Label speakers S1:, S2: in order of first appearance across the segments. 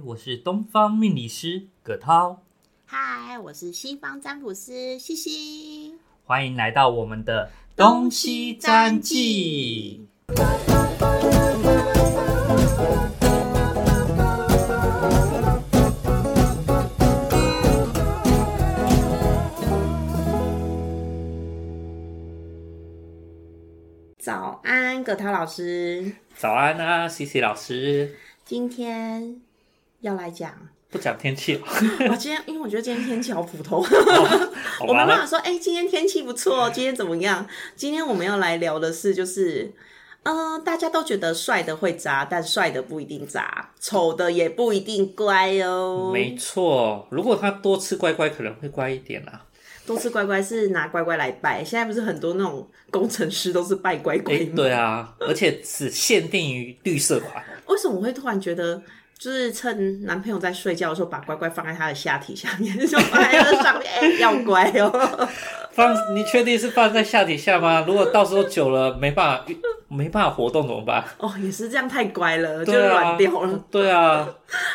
S1: 我是东方命理师葛涛，
S2: 嗨，我是西方占卜师西西。
S1: 欢迎来到我们的
S2: 东西占记。早安，葛涛老师，
S1: 早安啊，C C 老师，
S2: 今天要来讲。
S1: 不讲天气 了，
S2: 我今天，因为我觉得今天天气好普通，
S1: 好啊
S2: 我没
S1: 吧？
S2: 办法
S1: 那
S2: 说，哎、今天天气不 错，今天怎么样？今天我们要来聊的是，就是，呃，大家都觉得帅的会渣，但帅的不一定渣，丑的也不一定乖哦。
S1: 没错，如果他多吃乖乖，可能会乖一点啊啦、
S2: 多吃乖乖是拿乖乖来拜，现在不是很多那种工程师都是拜乖乖
S1: 哎、
S2: 吗？
S1: 对啊，而且只限定于绿色款，
S2: 为什么我会突然觉得？就是趁男朋友在睡觉的时候，把乖乖放在他的下体下面，就放在这上面，哎、要乖哦。
S1: 放你确定是放在下底下吗？如果到时候久了没办法没办法活动怎么办？
S2: 哦，也是这样太乖了，就
S1: 对
S2: 软
S1: 啊
S2: 掉了。，
S1: 对啊，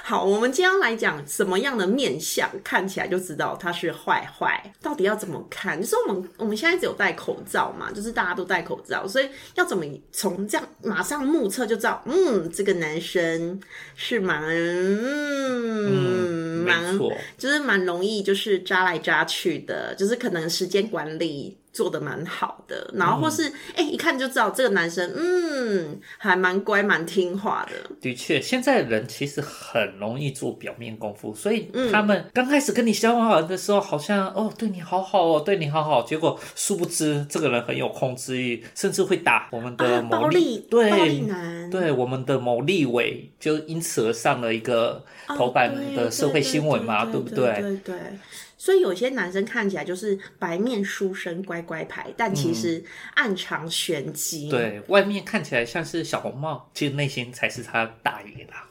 S2: 好，我们今天要来讲什么样的面相，看起来就知道他是坏坏，到底要怎么看？就是我们我们现在只有戴口罩嘛，就是大家都戴口罩，所以要怎么从这样马上目测就知道，嗯，这个男生是蛮
S1: 嗯，
S2: 嗯
S1: 没
S2: 蛮
S1: 错，
S2: 就是蛮容易就是扎来扎去的，就是可能时间管理做的蛮好的，
S1: 嗯
S2: 然后或是哎、一看就知道这个男生嗯还蛮乖蛮听话的，
S1: 的确，现在人其实很容易做表面功夫，所以
S2: 嗯
S1: 他们刚开始跟你交往的时候，好像哦对你好好哦，对你好好，结果殊不知这个人很有控制欲，甚至会打我们的
S2: 啊，
S1: 某
S2: 暴力暴力
S1: 对
S2: 男，
S1: 对我们的某立委，就因此而上了一个
S2: 哦
S1: 头版的社会新闻嘛，
S2: 对
S1: 不
S2: 对？对对对所以有些男生看起来就是白面书生乖乖牌，但其实暗藏玄机。，
S1: 嗯对外面看起来像是小红帽，其实内心才是他大爷啦。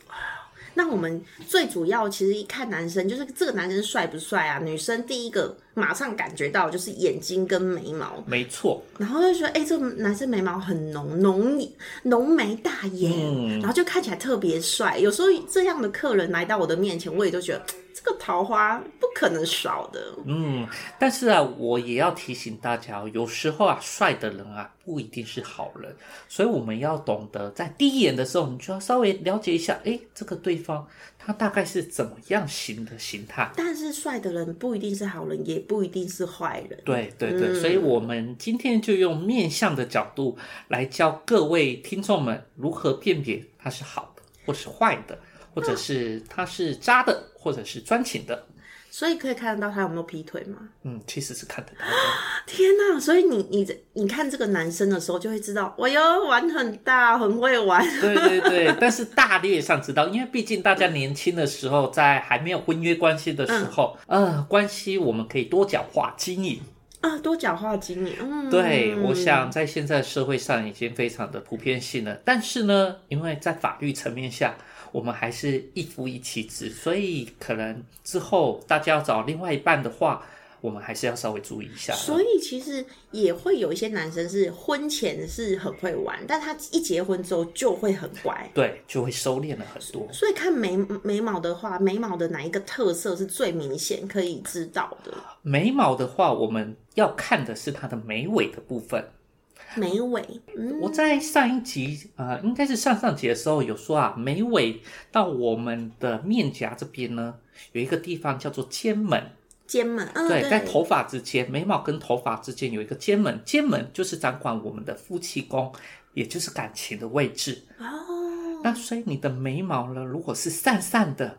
S2: 那我们最主要其实一看男生，就是这个男生帅不帅啊？女生第一个马上感觉到就是眼睛跟眉毛，
S1: 没错，
S2: 然后就觉得哎、这个男生眉毛很浓，浓浓眉大眼，
S1: 嗯
S2: 然后就看起来特别帅。有时候这样的客人来到我的面前，我也就觉得嘖这个桃花不可能少的。
S1: 嗯，但是啊，我也要提醒大家哦，有时候啊，帅的人啊，不一定是好人，所以我们要懂得在第一眼的时候，你就要稍微了解一下，诶，这个对方他大概是怎么样型的形态。
S2: 但是帅的人不一定是好人，也不一定是坏人。
S1: 对对对，
S2: 嗯
S1: 所以我们今天就用面相的角度来教各位听众们如何辨别他是好的，或是坏的，或者是他是渣的，或者是专情的。
S2: 所以可以看得到他有没有劈腿吗？啊
S1: 嗯，其实是看得到的。
S2: 天哪、所以你你你看这个男生的时候，就会知道，哎呦，玩很大，很会玩。
S1: 对对对，但是大略上知道，因为毕竟大家年轻的时候，在还没有婚约关系的时候，呃，关系我们可以多角化经营。
S2: 啊，多角化经营。嗯，
S1: 对，我想在现在社会上已经非常的普遍性了。但是呢，因为在法律层面下，我们还是一夫一妻制，所以可能之后大家要找另外一半的话，我们还是要稍微注意一下了。
S2: 所以其实也会有一些男生是婚前是很会玩，但他一结婚之后就会很乖。
S1: 对，就会收敛了很多。
S2: 所以看眉眉毛的话，眉毛的哪一个特色是最明显可以知道的？
S1: 眉毛的话，我们要看的是它的眉尾的部分。
S2: 眉尾，嗯，
S1: 我在上一集，呃，应该是上上集的时候有说啊，眉尾到我们的面颊这边呢，有一个地方叫做肩门。
S2: 肩门，嗯，
S1: 对，
S2: 对，
S1: 在头发之间，眉毛跟头发之间有一个肩门，肩门就是掌管我们的夫妻宫，也就是感情的位置。
S2: 哦，
S1: 那所以你的眉毛呢，如果是散散的，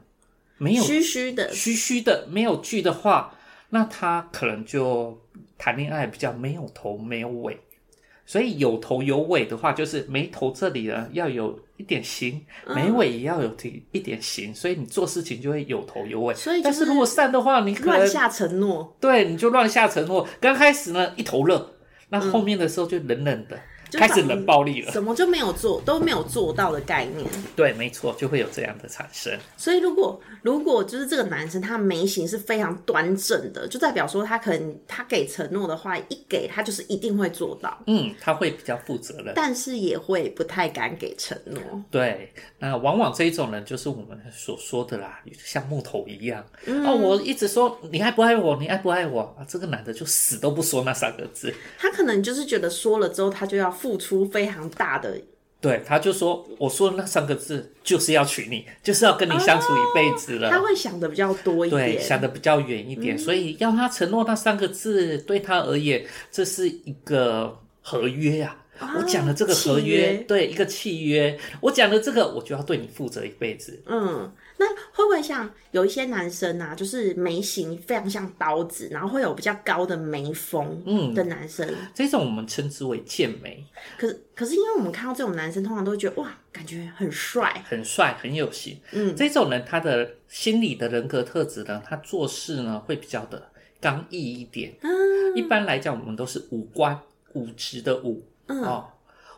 S1: 没有
S2: 虚虚的，
S1: 虚虚的，没有聚的话，那他可能就谈恋爱比较没有头没有尾。所以有头有尾的话，就是眉头这里呢要有一点形，眉尾也要有一一点形，所以你做事情就会有头有尾。
S2: 所以就
S1: 但是
S2: 是
S1: 如果散的话，你可能
S2: 乱下承诺，
S1: 对，你就乱下承诺。刚开始呢，一头热，那后面的时候就冷冷的，
S2: 嗯就
S1: 开始
S2: 把嗯
S1: 冷暴力了。
S2: 什么就没有做都没有做到的概念。
S1: 对，没错，就会有这样的产生。
S2: 所以如果如果就是这个男生他眉形是非常端正的，就代表说他可能他给承诺的话，一给他就是一定会做到，
S1: 嗯，他会比较负责任。
S2: 但是也会不太敢给承诺。
S1: 对，那往往这一种人就是我们所说的啦，像木头一样。
S2: 嗯
S1: 哦，我一直说你爱不爱我，你爱不爱我啊？这个男的就死都不说那三个字。
S2: 他可能就是觉得说了之后，他就要付出非常大的，
S1: 对，他就说我说那三个字就是要娶你，就是要跟你相处一辈子了。
S2: 哦他会想的比较多一
S1: 对，
S2: 点。嗯
S1: 想的比较远一点，所以要他承诺那三个字，对他而言，这是一个合约呀、
S2: 啊
S1: 我讲的这个合
S2: 契
S1: 约，对一个契约，我讲的这个，我就要对你负责一辈子。
S2: 嗯，那会不会像有一些男生啊，就是眉形非常像刀子，然后会有比较高的眉峰
S1: 嗯
S2: 的男生？
S1: 这种我们称之为健美，
S2: 可是可是因为我们看到这种男生，通常都会觉得哇，感觉很帅，
S1: 很帅，很有型。
S2: 嗯，
S1: 这种人他的心理的人格特质呢，他做事呢会比较的刚毅一点。
S2: 嗯
S1: 一般来讲，我们都是五官五职的五，
S2: 嗯
S1: 哦，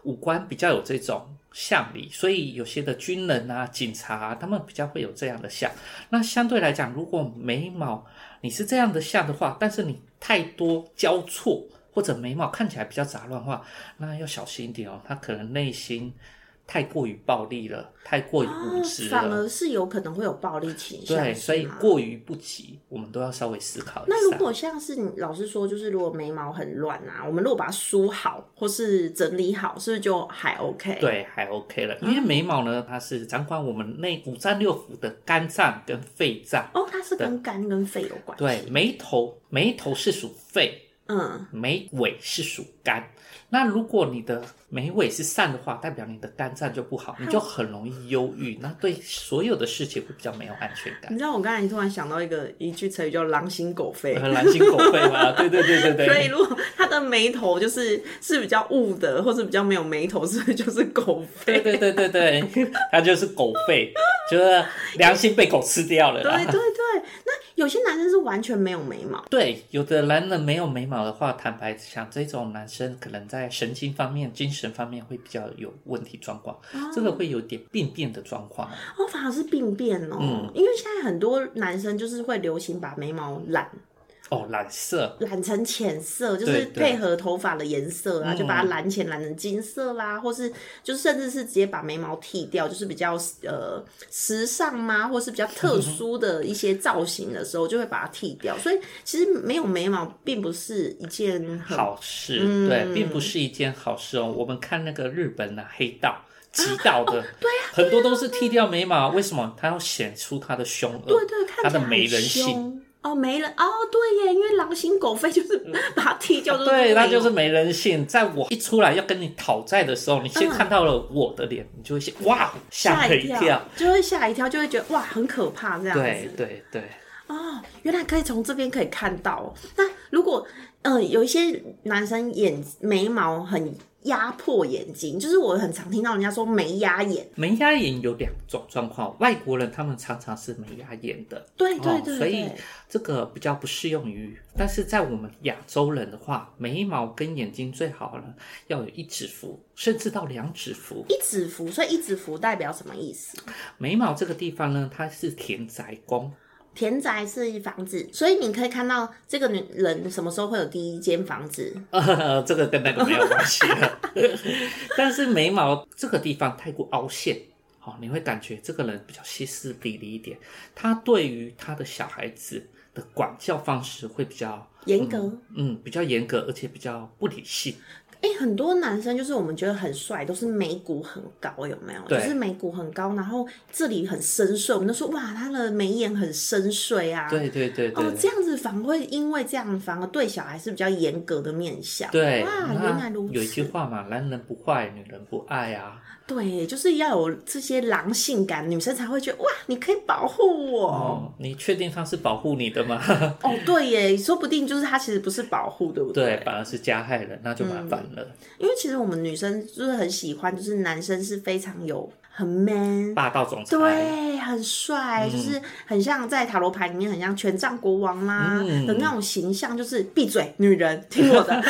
S1: 五官比较有这种相理，所以有些的军人啊、警察啊，他们比较会有这样的相。那相对来讲，如果眉毛你是这样的相的话，但是你太多交错或者眉毛看起来比较杂乱的话，那要小心一点哦，他可能内心太过于暴力了，太过于无
S2: 啊
S1: 知
S2: 反
S1: 了。
S2: 而是有可能会有暴力倾向，
S1: 对，
S2: 是
S1: 所以
S2: 吗
S1: 过于不及，我们都要稍微思考一下。
S2: 那如果像是你老师说，就是如果眉毛很乱啊，我们如果把它梳好或是整理好，是不是就还 OK？，
S1: 对，还 OK 了，因为眉毛呢，它是掌管我们内五脏六腑的肝脏跟肺脏。
S2: 哦，它是跟肝跟肺有关系。
S1: 对，，眉头眉头是属肺，
S2: 嗯，
S1: 眉尾是属肝。那如果你的眉尾是散的话，代表你的肝脏就不好，你就很容易忧郁，那对所有的事情会比较没有安全感
S2: 你，知道我刚才突然想到一个一句成语叫“狼心狗肺”，
S1: 很狼心狗肺嘛。 对对对对
S2: 所
S1: 对，
S2: 以如果他的眉头就是是比较雾的，或是比较没有眉头，是不是就是狗
S1: 对
S2: 肺？
S1: 对对对对，它就是狗肺，就是良心被狗吃掉了
S2: 对
S1: 啦
S2: 对。对，那有些男生是完全没有眉毛，
S1: 对，有的男人没有眉毛的话，坦白讲，这种男生可能在神经方面、精神方面会比较有问题状况，这个会有点病变的状况。
S2: 哦，反而是病变哦。
S1: 嗯
S2: 因为现在很多男生就是会流行把眉毛染
S1: 哦，染色，
S2: 染成浅色，就是
S1: 对对嗯
S2: 配合头发的颜色啊，就把它染浅，染成金色啦，或是就甚至是直接把眉毛剃掉，就是比较呃时尚吗？或是比较特殊的一些造型的时候，就会把它剃掉。所以其实没有眉毛并不是一件很
S1: 好事，对，并不是一件好事哦。我们看那个日本的、黑道、极道的，哦对啊很多都是剃掉眉毛，为什么？他要显出他的凶恶，
S2: 对对，看
S1: 他
S2: 起
S1: 的
S2: 来
S1: 没
S2: 很
S1: 人性。
S2: 凶哦，没人哦，对耶，因为狼心狗肺就是把它剃掉，就
S1: 嗯
S2: 是
S1: 对，
S2: 没
S1: 他
S2: 有
S1: 就是没人性。在我一出来要跟你讨债的时候，你先
S2: 嗯
S1: 看到了我的脸，你就会先哇吓
S2: 吓
S1: 了
S2: 一
S1: 一跳。，
S2: 就会吓一跳，就会觉得哇很可怕这样
S1: 对
S2: 子
S1: 对对，
S2: 哦，原来可以从这边可以看到哦。那如果嗯、呃有一些男生眼眉毛很压迫眼睛，就是我很常听到人家说眉压眼，
S1: 门牙炎有两种状况，外国人他们常常是门牙炎的，
S2: 对对
S1: 哦
S2: 对
S1: 所
S2: 对，
S1: 以这个比较不适用于。但是在我们亚洲人的话，眉毛跟眼睛最好呢要有一指幅，甚至到两指幅。
S2: 一指符，所以一指符代表什么意思？
S1: 眉毛这个地方呢，它是田宅宫，
S2: 田宅是房子，所以你可以看到这个女人什么时候会有第一间房子，
S1: 呃，这个跟那个没有关系了。但是眉毛这个地方太过凹陷，好、你会感觉这个人比较歇斯底里一点。他对于他的小孩子的管教方式会比较
S2: 严格。
S1: 嗯，比较严格，而且比较不理性。
S2: 哎、很多男生就是我们觉得很帅，都是眉骨很高，有没有？就
S1: 对
S2: 是眉骨很高，然后这里很深邃，我们都说哇，他的眉眼很深邃啊。
S1: 对对对对，
S2: 哦，这样子反而会因为这样反而对小孩是比较严格的面相。
S1: 对。
S2: 啊哇，
S1: 那
S2: 原来如
S1: 有一句
S2: 此。
S1: 话嘛，男人不坏，女人不爱啊。
S2: 对，就是要有这些狼性感，女生才会觉得哇，你可以保护我。
S1: 哦，你确定他是保护你的吗？
S2: 哦，对耶，说不定就是他其实不是保护，对不
S1: 对，反而是加害人，那就麻烦了。
S2: 因为其实我们女生就是很喜欢，就是男生是非常有很 man，
S1: 霸道总裁，
S2: 对，很帅，
S1: 嗯
S2: 就是很像在塔罗牌里面很
S1: 嗯
S2: 啊 像权杖国王啦、的那种形象，就是闭嘴，女人听我的，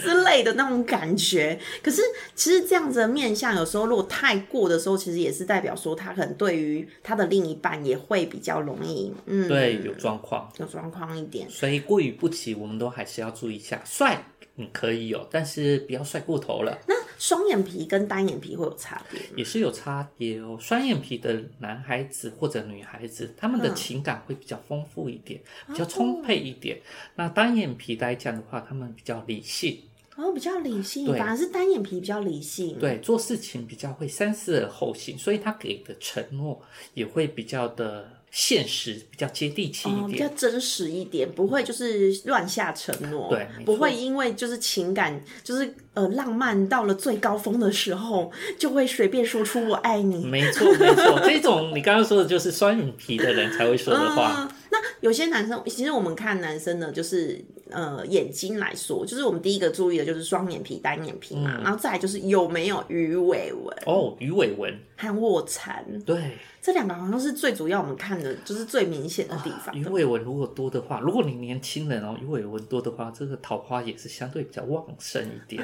S2: 之类的那种感觉。可是其实这样子的面相，有时候如果太过的时候，其实也是代表说他可能对于他的另一半也会比较容易，嗯，
S1: 对，有状况，
S2: 有状况一点。
S1: 所以过于不及，我们都还是要注意一下。帅，你可以有，但是不要帅过头了，
S2: 那双眼皮跟单眼皮会有差别吗？
S1: 也是有差别哦。双眼皮的男孩子或者女孩子，他们的
S2: 嗯哦
S1: 情感会比较丰富一点，比较充沛一点。那单眼皮来讲的话，他们比较理性，
S2: 哦，比较理性，
S1: 对
S2: 反而是单眼皮比较理性。
S1: 对，做事情比较会三思而后行，所以他给的承诺也会比较的现实，比较接地气
S2: 哦，
S1: 一
S2: 比较
S1: 点。
S2: 真实一点，不会就是乱下承诺，
S1: 对没错
S2: 不会因为就是情感就是呃浪漫到了最高峰的时候，就会随便说出我爱你。
S1: 没错，没错，这种你刚刚说的就是双眼皮的人才会说的话。
S2: 嗯，那有些男生，其实我们看男生呢，就是呃眼睛来说，就是我们第一个注意的就是双眼皮、单眼皮嘛，
S1: 嗯
S2: 然后再来就是有没有鱼尾纹
S1: 哦，鱼尾纹，
S2: 和卧蚕，
S1: 对，
S2: 这两个好像是最主要我们看的，就是最明显的地方。
S1: 鱼尾纹如果多的话，如果你年轻人哦，鱼尾纹多的话，这个桃花也是相对比较旺盛一点。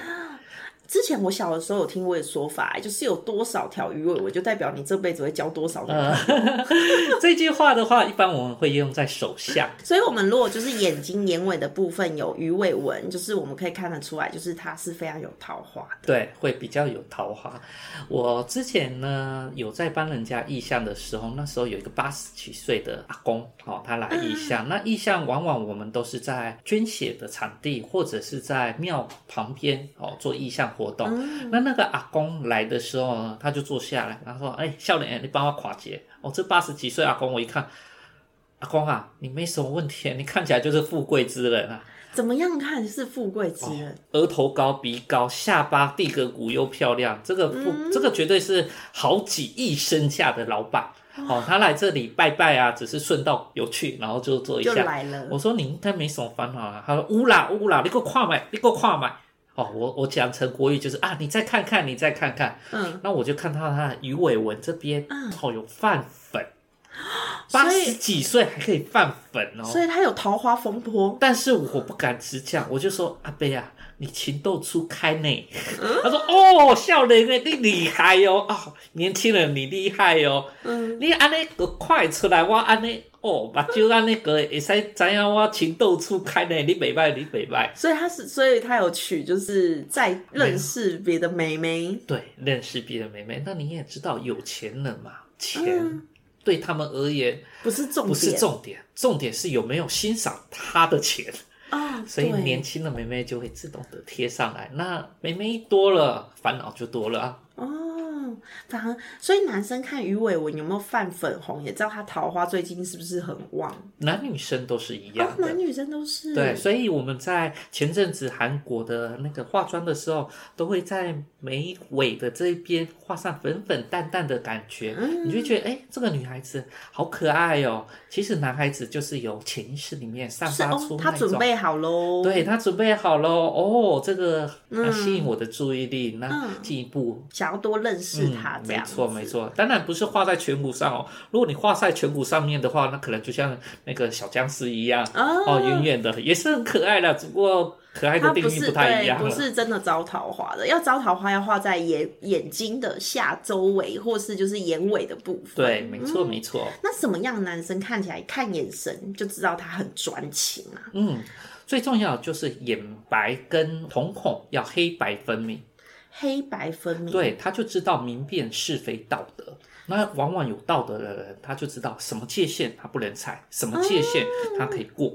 S2: 之前我小的时候有听过一个说法，哎就是有多少条鱼尾纹，就代表你这辈子会交多少个。
S1: 呃，这句话的话，一般我们会用在手相。
S2: 所以，我们如果就是眼睛、眼尾的部分有鱼尾纹，就是我们可以看得出来，就是它是非常有桃花的。
S1: 对，会比较有桃花。我之前呢有在帮人家意向的时候，那时候有一个八十几岁的阿公，哦，他来意向。那意向往往我们都是在捐血的场地或者是在庙旁边哦做意向活动。那那个阿公来的时候呢，他就坐下来，然后说：“哎、笑脸，你帮我垮结。”哦，这八十几岁阿公，我一看。阿公啊，你没什么问题，你看起来就是富贵之人啊！
S2: 怎么样看是富贵之人？
S1: 额头高、鼻高、下巴地格骨又漂亮，这个不，
S2: 嗯
S1: 这个绝对是好几亿身价的老板。哦，他来这里拜拜啊，只是顺道有趣，然后就做一
S2: 就
S1: 下。哦
S2: 来了。
S1: 我说你应该没什么烦恼啊。他说乌啦乌啦，你给我跨买，你给我跨买。哦，我我讲成国语就是啊，你再看看，你再看看。
S2: 嗯，
S1: 那我就看到他的鱼尾纹这边，哦，有泛粉，
S2: 所以
S1: 八十几岁还可以泛粉哦。
S2: 所以它有桃花风波。
S1: 但是我不敢直讲，我就说阿贝啊，你情窦初开呢。他说哦，少年的你厉害哟、哦，年轻人你厉害哟、
S2: 嗯，
S1: 你安尼个快出来，我安尼哦，目睭安尼个会使知影我情窦初开呢，你袂歹，你袂歹。
S2: 所以它是，所以它有取，就是在认识别的妹妹。
S1: 对，认识别的妹妹，那你也知道有钱人嘛，钱
S2: 嗯
S1: 对他们而言
S2: 不是重点，
S1: 不是重点，重点是有没有欣赏他的钱。
S2: 啊、
S1: 所以
S2: 对
S1: 年轻的妹妹就会自动的贴上来，那妹妹一多了，烦恼就多了啊。
S2: 哦，反而所以男生看鱼尾纹有没有泛粉红，也知道他桃花最近是不是很旺。
S1: 男女生都是一
S2: 哦
S1: 样，的，
S2: 男女生都是
S1: 对，所以我们在前阵子韩国的那个化妆的时候，都会在眉尾的这一边画上粉粉淡淡的感觉，
S2: 嗯
S1: 你就会觉得哎、这个女孩子好可爱哦。其实男孩子就是有潜意识里面散
S2: 是
S1: 发
S2: 哦
S1: 出，
S2: 他
S1: 那
S2: 准
S1: 种。
S2: 备好喽。
S1: 对他准备好喽，哦，这个、呃吸引我的注意力，那
S2: 嗯
S1: 进一步
S2: 想要多认识他，这
S1: 嗯没
S2: 样、
S1: 错没。错，当然不是画在颧骨上哦。如果你画在颧骨上面的话，那可能就像那个小僵尸一样
S2: 哦
S1: 哦，远远的也是很可爱的，只不过可爱
S2: 他
S1: 的
S2: 不
S1: 定义
S2: 是
S1: 太一
S2: 对，
S1: 样
S2: 不
S1: 了。
S2: 是真的招桃花的。要招桃花，要画在眼眼睛的下周围，或是就是眼尾的部分。
S1: 对，没
S2: 嗯
S1: 错没错，
S2: 那什么样的男生看起来看眼神就知道他很专情啊？
S1: 嗯，最重要的就是眼白跟瞳孔要黑白分明，
S2: 黑白分明。，
S1: 对，他就知道明辨是非道德。那往往有道德的人，他就知道什么界限他不能踩，什么界限
S2: 嗯
S1: 他可以过。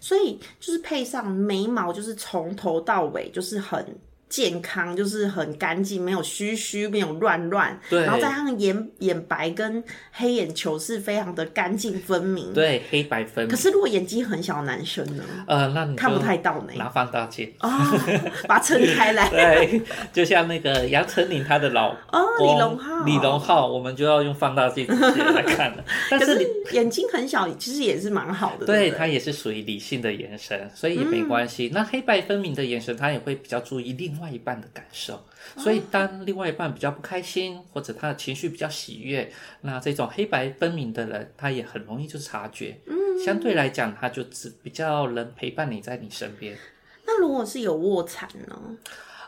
S2: 所以就是配上眉毛，就是从头到尾就是很健康，就是很干净，没有虚虚，没有乱乱。
S1: 对
S2: 然后再加上眼眼白跟黑眼球是非常的干净分明。。
S1: 对，黑白分
S2: 可
S1: 明。
S2: 是如果眼睛很小的男生呢，
S1: 呃，那你
S2: 看不
S1: 就
S2: 太到呢。
S1: 拿放大镜。
S2: 哦， 把它撑开 来。
S1: 对，就像那个杨丞琳她的老
S2: 哦，
S1: 公
S2: 李荣浩。
S1: 李荣。浩，我们就要用放大镜直接来看 了。但
S2: 可
S1: 是
S2: 是
S1: 你
S2: 眼睛很小，其实也是蛮好的。
S1: 对
S2: 不
S1: 他也是属于理性的眼神，所以也没关系。那黑白分明的眼神，他也会比较注意另外一半的感受。
S2: 哦
S1: 所以当另外一半比较不开心，或者他的情绪比较喜悦，那这种黑白分明的人，他也很容易就察觉。嗯，相对来讲，他就只比较能陪伴你在你身边。
S2: 那那如果是有卧蚕呢？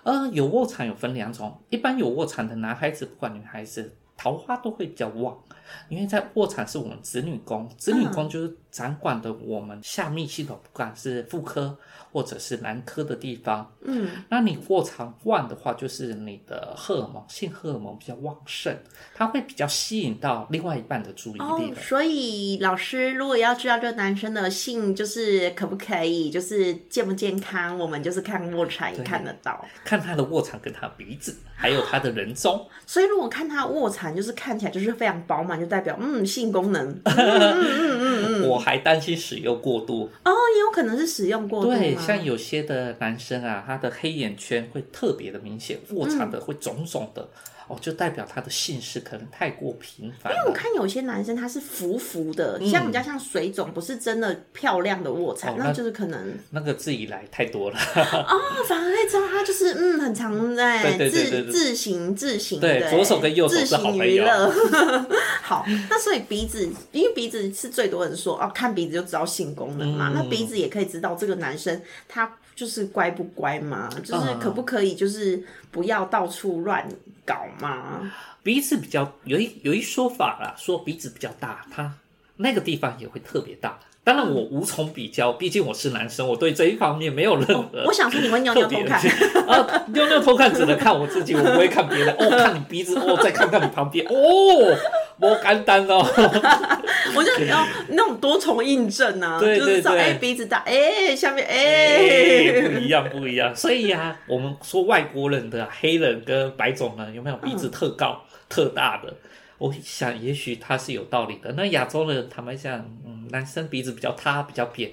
S1: 呃，有卧蚕有分两种，一般有卧蚕的男孩子不管女孩子，桃花都会比较旺，因为在卧蚕是我们子女宫，
S2: 嗯
S1: 子女宫就是掌管的我们下泌系统，不管是妇科或者是男科的地方。
S2: 嗯，
S1: 那你卧蚕旺的话，就是你的荷尔蒙性荷尔蒙比较旺盛，它会比较吸引到另外一半的注意力
S2: 哦，
S1: 的。
S2: 所以老师如果要知道这个男生的性，就是可不可以，就是健不健康，我们就是看卧蚕也
S1: 对
S2: 看得到。
S1: 看他的卧蚕跟他的鼻子，还有他的人中，
S2: 所以如果看他卧蚕，就是看起来就是非常饱满，就代表嗯性 功能。嗯嗯嗯嗯
S1: 我还担心使用过度。
S2: 哦，也有可能是使用过度
S1: 对，
S2: 哦吗
S1: 像有些的男生啊，他的黑眼圈会特别的明显，
S2: 嗯
S1: 卧蚕的会肿肿的，哦，就代表他的性事可能太过频繁
S2: 因为我
S1: 了。
S2: 看有些男生他是浮浮的，像比较像水肿，不是真的漂亮的卧蚕，
S1: 嗯哦
S2: 那
S1: 那
S2: 就是可能
S1: 那个自己来太多了，
S2: 哦，反而会知道他就是嗯，很常在
S1: 对对对对
S2: 自
S1: 对
S2: 自行自行
S1: 对
S2: 的
S1: 左手跟右手
S2: 自
S1: 是好
S2: 行
S1: 朋
S2: 娱
S1: 友
S2: 乐。好，那所以鼻子，因为鼻子是最多人说哦，看鼻子就知道性功能嘛，
S1: 嗯
S2: 那鼻子也可以知道这个男生他就是乖不乖嘛，就是
S1: 嗯
S2: 可不可以就是不要到处乱搞嘛。
S1: 鼻子比较有一有一说法啦，说鼻子比较大，它那个地方也会特别大。当
S2: 嗯
S1: 然我无从比较，毕竟我是男生，我对这一方面没有任何、
S2: 哦我想说 你会尿
S1: 呃特
S2: 尿
S1: 别
S2: 偷
S1: 的
S2: 看，
S1: 啊，尿尿偷看只能看我自己，我不会看别人。哦，看你鼻子，哦，再看看你旁边，哦，摸肝单哦。
S2: 我就要那种多重印证啊，
S1: 对
S2: 就是
S1: 对
S2: 知道
S1: 对
S2: 哎、鼻子大，哎、下面哎、
S1: 哎， 不一样，不一样。所以呀、我们说外国人的黑人跟白种人有没有鼻子特高、特大的？我想，也许他是有道理的。那亚洲人，坦白讲，嗯，男生鼻子比较塌，比较扁，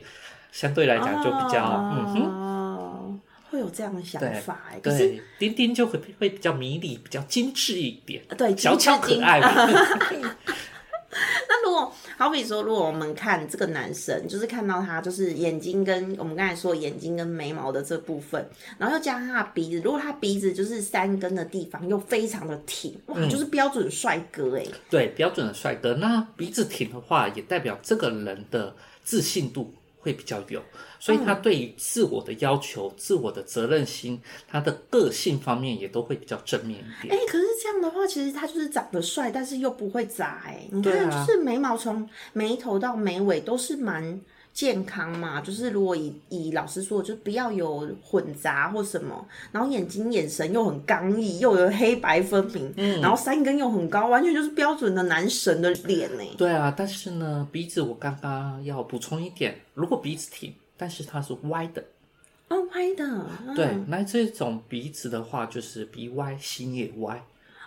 S1: 相对来讲就比较，嗯哼，
S2: 哼，啊会有这样的想法哎，可是。
S1: 对，丁丁就会会比较迷你，比较精致一点，
S2: 对，
S1: 小巧
S2: 精致
S1: 可
S2: 精
S1: 爱 嘛。
S2: 那如果好比说，如果我们看这个男生，就是看到他就是眼睛跟我们刚才说眼睛跟眉毛的这部分，然后又加上他的鼻子，如果他鼻子就是三根的地方又非常的挺，哇，
S1: 嗯
S2: 就是标准帅哥哎、
S1: 对，标准的帅哥。那鼻子挺的话，也代表这个人的自信度会比较有，所以他对于自我的要求、自我的责任心、他的个性方面也都会比较正面一
S2: 哎、
S1: 点。
S2: 可是这样的话，其实他就是长得帅，但是又不会杂哎、你
S1: 对
S2: 看，
S1: 啊
S2: 就是眉毛从眉头到眉尾都是蛮健康嘛。就是如果以以老师说，就不要有混杂或什么，然后眼睛眼神又很刚毅，又有黑白分明，
S1: 嗯
S2: 然后三根又很高，完全就是标准的男神的脸呢、
S1: 对啊，但是呢，鼻子我刚刚要补充一点，如果鼻子挺，但是它是歪的，
S2: 哦，歪的，嗯、
S1: 对，那这种鼻子的话就是鼻歪，心也歪。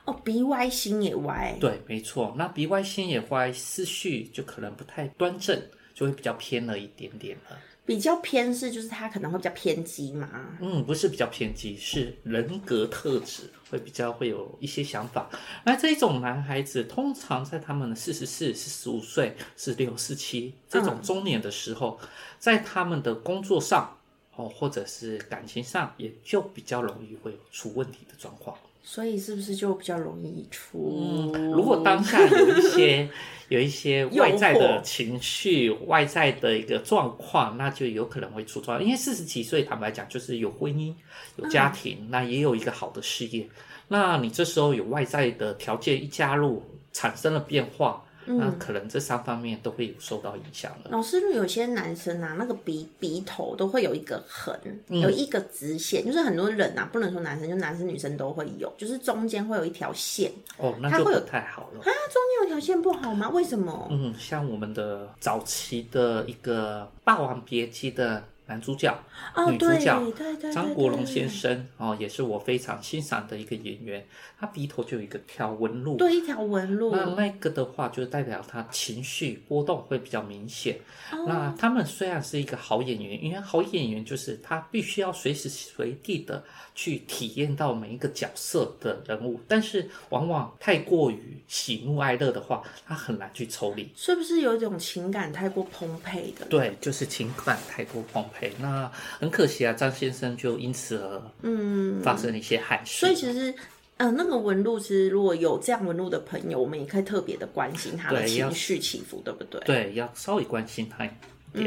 S2: 哦，鼻歪心也歪，
S1: 对，没错。那鼻歪心也歪，思绪就可能不太端正，就会比较偏了一点点了。
S2: 比较偏是就是他可能会比较偏激嘛。
S1: 嗯，不是比较偏激，是人格特质会比较会有一些想法。那这种男孩子通常在他们的四十四、四十五岁、四六、四七这种中年的时候，在他们的工作上哦，或者是感情上，也就比较容易会有出问题的状况。
S2: 所以是不是就比较容易出？
S1: 嗯，如果当下有一些有一些外在
S2: 哦诱惑
S1: 的情绪、外在的一个状况，那就有可能会出状况。因为四十几岁，坦白讲，就是有婚姻、有家
S2: 嗯
S1: 庭，那也有一个好的事业。那你这时候有外在的条件一加入，产生了变化，那
S2: 嗯
S1: 可能这三方面都会有受到影响了。
S2: 老师，有些男生啊，那个鼻鼻头都会有一个痕，
S1: 嗯
S2: 有一个直线，就是很多人啊，不能说男生，就男生女生都会有，就是中间会有一条线。
S1: 哦，那
S2: 它
S1: 就
S2: 会
S1: 不
S2: 有
S1: 太好了。
S2: 那中间有条线不好吗？为什么？
S1: 嗯，像我们的早期的一个《霸王别姬》的男主角、
S2: 哦，
S1: 女主
S2: 对
S1: 角
S2: 对对对，
S1: 张国荣先
S2: 生，
S1: 生哦，也是我非常欣赏的一个演员，他鼻头就有一个条纹路。
S2: 对一条纹路。
S1: 那那个的话，就代表他情绪波动会比较明显。
S2: 哦
S1: 那他们虽然是一个好演员，因为好演员就是他必须要随时随地的去体验到每一个角色的人物，但是往往太过于喜怒哀乐的话，他很难去抽离。
S2: 是不是有一种情感太过澎湃的？
S1: 对，就是情感太过澎湃，那很可惜啊，张先生就因此而
S2: 嗯，
S1: 发生了一些憾事。
S2: 所以其实，嗯、那个纹路，其实如果有这样纹路的朋友，我们也可以特别的关心他的
S1: 对
S2: 情
S1: 要
S2: 绪起伏，对不对？
S1: 对，要稍微关心他一点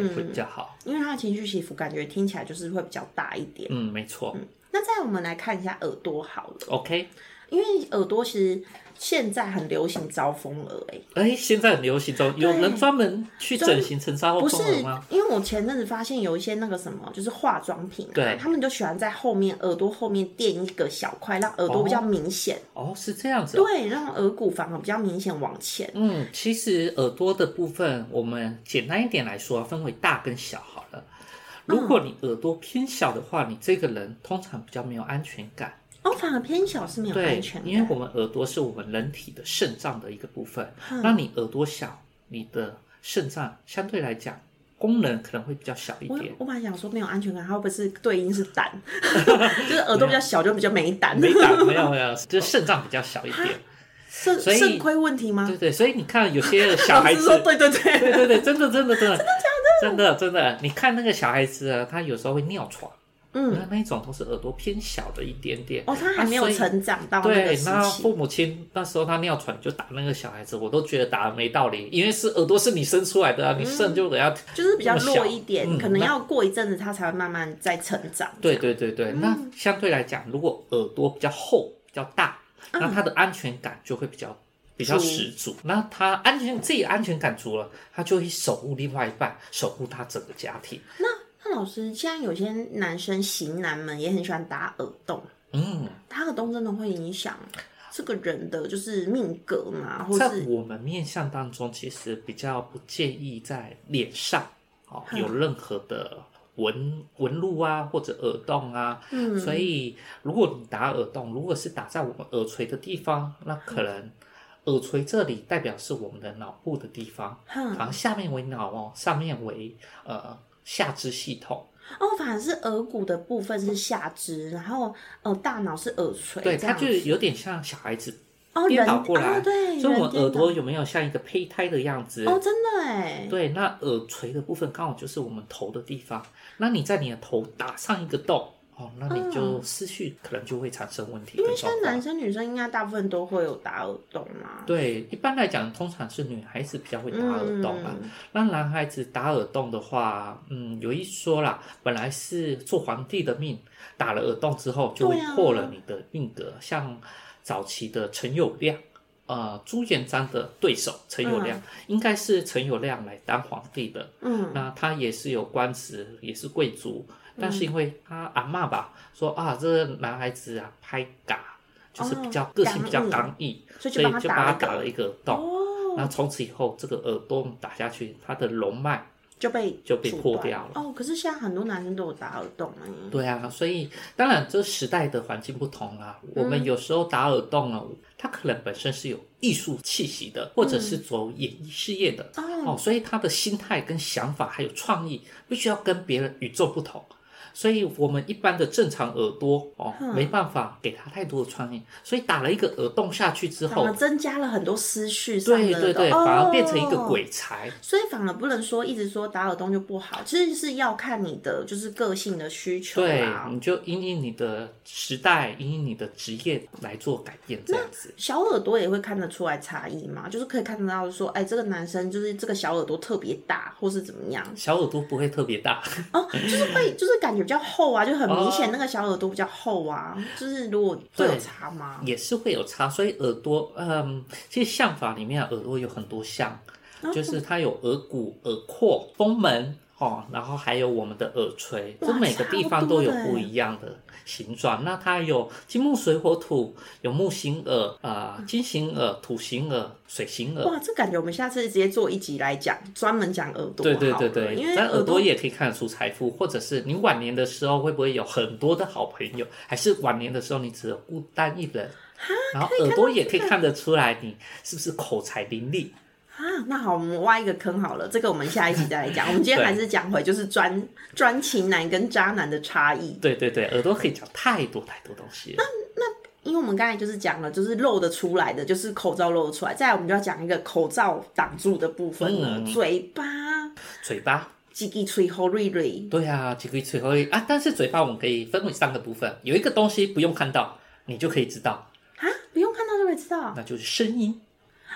S2: 嗯
S1: 会比较好。
S2: 因为他的情绪起伏感觉听起来就是会比较大一点。
S1: 嗯，没错。
S2: 那再我们来看一下耳朵好了，
S1: OK，
S2: 因为耳朵其实现在很流行招风耳、欸，
S1: 哎，现在很流行中，有人专门去整形成沙
S2: 不
S1: 或
S2: 是
S1: 风耳哦吗？，
S2: 因为我前阵子发现有一些那个什么，就是化妆品、啊，
S1: 对
S2: 他们就喜欢在后面耳朵后面垫一个小块，让耳朵比较明显，
S1: 哦，是这样子哦、
S2: 对，让耳骨反而比较明显往前。
S1: 嗯，其实耳朵的部分，我们简单一点来说，啊分为大跟小好了。如
S2: 嗯
S1: 果你耳朵偏小的话，你这个人通常比较没有安全感。
S2: 哦，反而偏小是没有
S1: 对
S2: 安全，
S1: 因为
S2: 感。
S1: 我们耳朵是我们人体的肾脏的一个部分。
S2: 嗯
S1: 那你耳朵小，你的肾脏相对来讲功能可能会比较小一
S2: 我
S1: 点。
S2: 我本来想说没有安全感，它会不会是对应是 胆？就是耳朵比较小就比较没胆，
S1: 没打，没有没有，就是肾脏比较小一点。
S2: 肾
S1: 所以
S2: 肾亏问题吗
S1: 对？对，所以你看有些小
S2: 老
S1: 孩
S2: 师
S1: 子，
S2: 说对对对，
S1: 对对对，真的真的真的真的真的真的，你看那个小孩子啊，他有时候会尿床，
S2: 嗯，
S1: 那那一种都是耳朵偏小的一点点。
S2: 哦，他还没有
S1: 啊所以
S2: 成长到那个
S1: 对，
S2: 时
S1: 那
S2: 期，
S1: 父母亲那时候他尿床就打那个小孩子，我都觉得打得没道理，因为是耳朵是你生出来的啊，你
S2: 嗯
S1: 肾就得要。
S2: 就是比较
S1: 那么小
S2: 弱一点，
S1: 嗯
S2: 可能
S1: 那
S2: 要过一阵子它才会慢慢再成长。
S1: 对对对对，那
S2: 嗯
S1: 相对来讲，如果耳朵比较厚、比较大，那他的安全感就会比较。比较
S2: 嗯足
S1: 十足，那他安全自己安全感足了，他就会守护另外一半，守护他整个家庭。
S2: 那老师，现在有些男生型男们也很喜欢打耳洞，
S1: 嗯，
S2: 打耳洞真的会影响这个人的就是命格嘛，或
S1: 在
S2: 是
S1: 我们面相当中，其实比较不建议在脸上哦
S2: 嗯
S1: 有任何的纹纹路啊，或者耳洞啊。
S2: 嗯
S1: 所以，如果你打耳洞，如果是打在我们耳垂的地方，那可能耳垂这里代表是我们的脑部的地方，
S2: 哼
S1: 然后下面为脑哦，上面为呃下肢系统。
S2: 哦，反而是耳骨的部分是下肢，然后呃大脑是耳垂，
S1: 对，
S2: 这
S1: 它
S2: 样
S1: 就有点像小孩子
S2: 哦
S1: 颠
S2: 人
S1: 倒过来，
S2: 哦对，
S1: 所以我
S2: 人
S1: 们
S2: 颠
S1: 耳朵
S2: 倒
S1: 有没有像一个胚胎的样子？
S2: 哦真的哎，
S1: 对，那耳垂的部分刚好就是我们头的地方，那你在你的头打上一个洞，哦，那你就思绪可能就会产生问题
S2: 嗯因为
S1: 跟
S2: 现
S1: 状
S2: 在
S1: 况。
S2: 男生女生应该大部分都会有打耳洞嘛，
S1: 对，一般来讲，通常是女孩子比较会打
S2: 嗯，
S1: 耳洞啦。那男孩子打耳洞的话，嗯，有一说啦，本来是做皇帝的命，打了耳洞之后就会
S2: 对啊
S1: 破了你的运格。像早期的陈友谅，呃，朱元璋的对手陈友谅，应该是陈友谅来当皇帝的。
S2: 嗯，
S1: 那他也是有官职，也是贵族，但是因为他阿嬷吧，说啊，这个男孩子啊，拍嘎，就是比较
S2: 哦
S1: 个性比较
S2: 刚
S1: 刚毅，
S2: 所以
S1: 所
S2: 就
S1: 以
S2: 帮他
S1: 就
S2: 打
S1: 把他
S2: 了
S1: 打
S2: 个
S1: 了一个洞。
S2: 哦，
S1: 那从此以后，这个耳洞打下去，他的龙脉，
S2: 就被
S1: 就被
S2: 阻
S1: 破
S2: 断
S1: 掉了
S2: 哦。可是现在很多男生都有打耳洞哎，
S1: 对啊，所以当然这时代的环境不同啦、我们有时候打耳洞啊，它可能本身是有艺术气息的，或者是走演艺事业的、
S2: 哦
S1: 哦，所以他的心态跟想法还有创意，必须要跟别人与众不同。所以我们一般的正常耳朵哦，没办法给他太多的创意，所以打了一个耳洞下去之
S2: 反
S1: 后
S2: 而，增加了很多思绪上
S1: 对
S2: 的
S1: 对对，
S2: 哦
S1: 反而变成一个鬼才。
S2: 所以反而不能说一直说打耳洞就不好，其实是要看你的就是个性的需求
S1: 对，
S2: 啦。
S1: 你就因应你的时代，因应你的职业来做改变，这样子。
S2: 小耳朵也会看得出来差异嘛，就是可以看得到说，哎，这个男生就是这个小耳朵特别大，或是怎么样
S1: 小耳朵不会特别大，
S2: 哦，就是会就是感觉比较厚啊，就很明显
S1: 哦
S2: 那个小耳朵比较厚啊，就是如果会
S1: 对
S2: 有差吗？
S1: 也是会有差。所以耳朵，嗯，其实相法里面耳朵有很多相，
S2: 哦
S1: 就是它有耳骨、耳廓、风门。哦，然后还有我们的耳垂，
S2: 哇
S1: 这每个地方都有不一样的形状。
S2: 欸
S1: 那它有金木水火土，有木形耳啊、呃金形耳、土形耳、水形耳。
S2: 哇，这感觉我们下次直接做一集来讲，专门讲耳朵好
S1: 对
S2: 了。
S1: 对对对，
S2: 因为
S1: 咱耳
S2: 耳
S1: 朵也可以看得出财富，或者是你晚年的时候会不会有很多的好朋友，还是晚年的时候你只有孤单一人？然后耳朵也可以看得出来你是不是口才伶俐。
S2: 啊，那好，我们挖一个坑好了，这个我们下一集再来讲。我 们今天还是讲回就是专专情男跟渣男的差异，
S1: 对对对，耳朵可以讲太多太多东西了。
S2: 因为我们刚才就是讲了，就是露得出来的，就是口罩露得出来。再来，我们就要讲一个口罩挡住的部分了，
S1: 嗯
S2: 嘴巴。
S1: 嘴巴，
S2: 叽叽吹吼瑞瑞，
S1: 对啊，几个嘴会啊，但是嘴巴我们可以分为三个部分，有一个东西不用看到，你就可以知道，
S2: 啊，不用看到就会知道
S1: 那就是声音。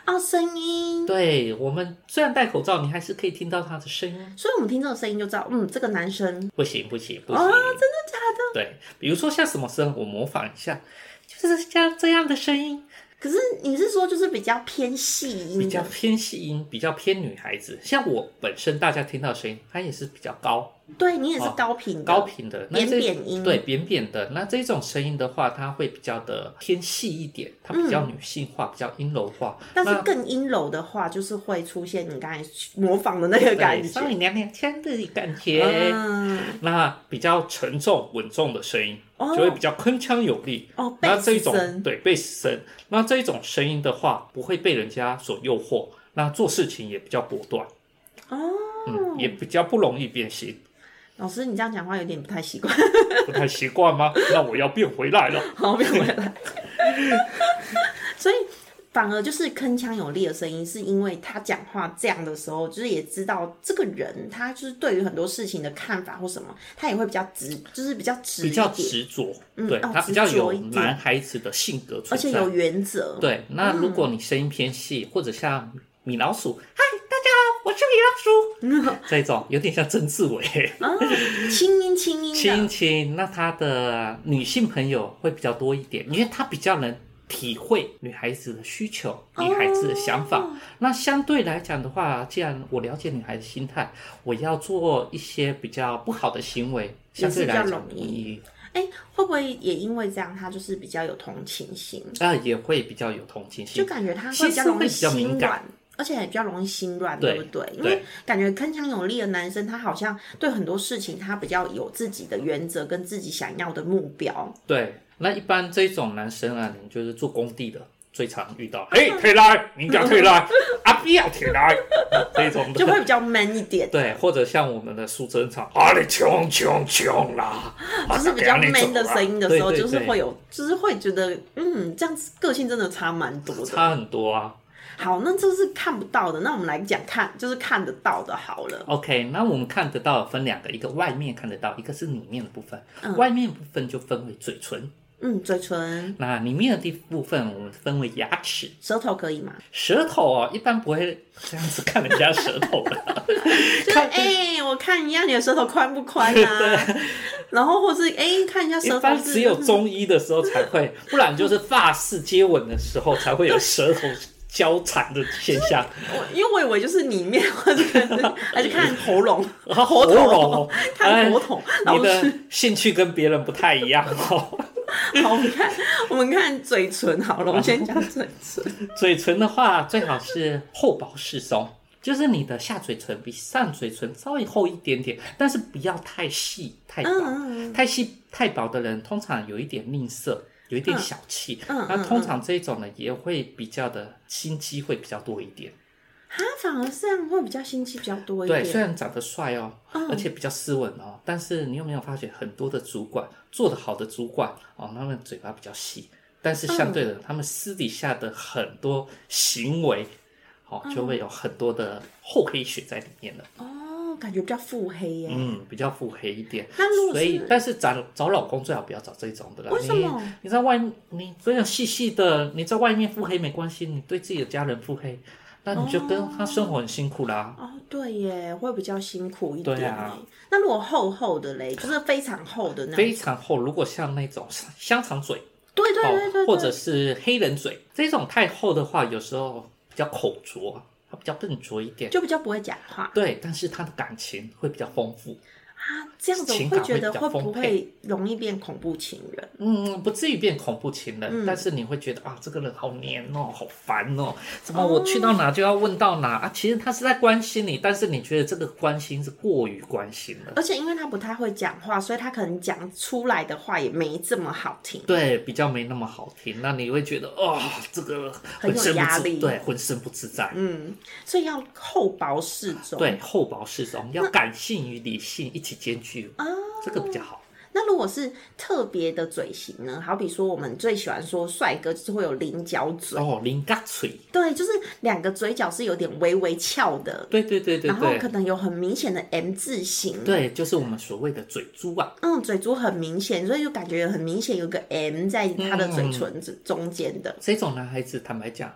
S2: 哦，声音。
S1: 对我们虽然戴口罩，你还是可以听到他的声音。
S2: 所以我们听这个声音就知道，嗯，这个男生
S1: 不行不行不行，
S2: 哦，真的假的？
S1: 对，比如说像什么声，我模仿一下，就是像这样的声音，
S2: 可是你是说就是比较偏细
S1: 比
S2: 音
S1: 较
S2: 的，
S1: 偏细音，比较偏女孩子。像我本身大家听到的声音，它也是比较高
S2: 对你也是
S1: 哦
S2: 高频的
S1: 高频的，那
S2: 扁
S1: 这
S2: 扁音
S1: 对扁扁的。那这种声音的话，它会比较的偏细一点，它比较女性化，比较阴柔化。
S2: 但嗯是
S1: 那
S2: 更阴柔的话，就是会出现你刚才模仿的那个
S1: 对
S2: 感
S1: 稍微
S2: 觉。
S1: 娘娘腔的感觉。
S2: 嗯，
S1: 那比较沉重稳重的声音，
S2: 哦
S1: 就会比较铿锵有力。
S2: 哦，
S1: 那
S2: 贝
S1: 这
S2: 斯
S1: 种
S2: 声，
S1: 对贝斯声，那这种声音的话，不会被人家所诱惑，那做事情也比较果断，
S2: 哦，
S1: 嗯，也比较不容易变心。
S2: 老师你这样讲话有点不太习惯，
S1: 不太习惯吗？那我要变回来了。
S2: 好，不要回来。所以反而就是铿锵有力的声音，是因为他讲话这样的时候，就是也知道这个人他就是对于很多事情的看法或什么，他也会比较直，就是比较直，
S1: 比较，执着，
S2: 嗯
S1: 对、
S2: 哦
S1: 他比较
S2: 执着
S1: 有
S2: 一点
S1: 男孩子的性格
S2: 而
S1: 存
S2: 且
S1: 在
S2: 有。嗯原则。
S1: 对，那如果你声音偏细，或者像米老鼠，嗨，大家好，我是米 老鼠，这种有点像曾志伟，
S2: 啊，轻音轻音的，啊
S1: 亲亲，那她的女性朋友会比较多一点，因为她比较能体会女孩子的需求、
S2: 哦
S1: 女孩子的想法。那相对来讲的话，既然我了解女孩的心态，我要做一些比较不好的行为，
S2: 也
S1: 相
S2: 是
S1: 对
S2: 比较
S1: 来讲
S2: 容易
S1: 你
S2: 哎、会不会也因为这样，他就是比较有同情心，
S1: 啊也会比较有同情
S2: 就
S1: 心。
S2: 感觉他
S1: 心
S2: 会比较
S1: 思
S2: 容
S1: 会
S2: 易
S1: 比较敏
S2: 心
S1: 感
S2: 软，而且也比较容易心软，
S1: 对
S2: 对不对？因为
S1: 对
S2: 感觉铿锵有力的男生，他好像对很多事情他比较有自己的原则跟自己想要的目 标。
S1: 对，那一般这种男生啊，你就是做工地的。最常遇 到，哎、退来，你敢退来，啊，不要退来，这种的
S2: 就会比较 man 一 点，
S1: 对，或者像我们的苏贞昌，啊，你穷穷穷啦，啊
S2: 就是比较 man 的声音的时候，就是
S1: 大家
S2: 会。
S1: 你走啊对对对
S2: 有，就是会觉得，嗯，这样子个性真的差蛮多的。
S1: 差很多啊。
S2: 好，那这是看不到的，那我们来讲看，就是看得到的好了。
S1: OK，那我们看得到分两个，一个外面看得到，一个是里面的部分。外面部分就分为嘴唇，
S2: 嗯，嘴唇、
S1: 那里面的部分我们分为牙齿、
S2: 舌头可以吗？
S1: 舌头哦，一般不会这样子看人家舌头的。
S2: 就是哎、我看一下你的舌头宽不宽啊， 然后或是哎、看一下
S1: 一
S2: 舌头
S1: 般
S2: 是
S1: 只有中医的时候才会，不然就是发式接吻的时候才会有舌头交缠的现象。
S2: 我因为我以为就是里面或者可能还是看 喉咙，
S1: 啊，喉 咙，
S2: 看喉头，
S1: 哎
S2: 老
S1: 你的
S2: 师
S1: 兴趣跟别人不太一样哦。
S2: 好，我们看我们看嘴唇 好了，我们先讲嘴唇，
S1: 嘴唇的话，最好是厚薄适中，就是你的下嘴唇比上嘴唇稍微厚一点点，但是不要太细太薄。
S2: 嗯嗯
S1: 太细太薄的人，通常有一点吝啬，有一点小气。
S2: 嗯嗯
S1: 那通常这种呢，也会比较的心机会比较多一点。
S2: 它反而这样会比较心机比较多一
S1: 对，虽
S2: 点，嗯
S1: 然长得帅哦，而且比较斯文哦，但是你有没有发觉很多的主管做得好的主管哦，他们嘴巴比较细，但是
S2: 嗯
S1: 相对的，他们私底下的很多行为，哦，就
S2: 嗯
S1: 会有很多的厚黑学在里面了。
S2: 哦，感觉比较腹黑耶，
S1: 嗯，比较腹黑一点。
S2: 那如果
S1: 所以
S2: 是，
S1: 但是找找老公最好不要找这种的啦。
S2: 为什么
S1: 你你在外，你这样细细的，你在外面腹黑没关系，你对自己的家人腹黑，那你就跟他生活很辛苦啦。
S2: 哦，对耶，会比较辛苦一点耶。
S1: 对啊
S2: 那如果厚厚的嘞，就是非常厚的那种，
S1: 非常厚，如果像那种香肠嘴
S2: 对对
S1: 哦
S2: 对对，
S1: 或者是黑人嘴这种太厚的话，有时候比较口拙，它比较笨拙一点。
S2: 就比较不会讲话
S1: 对，但是他的感情会比较丰富，
S2: 啊，这样子我
S1: 情
S2: 会
S1: 感
S2: 觉
S1: 会
S2: 得
S1: 比较
S2: 会不
S1: 丰沛
S2: 会容易变恐怖情人？
S1: 嗯，不至于变恐怖情
S2: 嗯
S1: 人，但是你会觉得啊，这个人好黏哦，好烦哦，怎么我去到哪就要问到哪、啊？其实他是在关心你，但是你觉得这个关心是过于关心了，
S2: 而且因为他不太会讲话，所以他可能讲出来的话也没这么好听。
S1: 对，比较没那么好听，那你会觉得哦，这个
S2: 很
S1: 浑
S2: 有
S1: 身不
S2: 压
S1: 自
S2: 力
S1: 对，浑身不自在，
S2: 嗯，所以要厚薄适中。，
S1: 对，厚薄适中，要感性与理性一起兼具，
S2: 哦
S1: 这个比较好。
S2: 那如果是特别的嘴型呢？好比说我们最喜欢说帅哥就是会有菱角嘴，
S1: 哦，菱角嘴，
S2: 对，就是两个嘴角是有点微微翘的，
S1: 对对对对
S2: 然后可
S1: 对，
S2: 能有很明显的 M 字形。
S1: 对，就是我们所谓的嘴珠啊。
S2: 嗯，嘴珠很明显，所以就感觉
S1: 嗯
S2: 很明显有个 M 在他的嘴唇中中间的。
S1: 这种男孩子，坦白讲，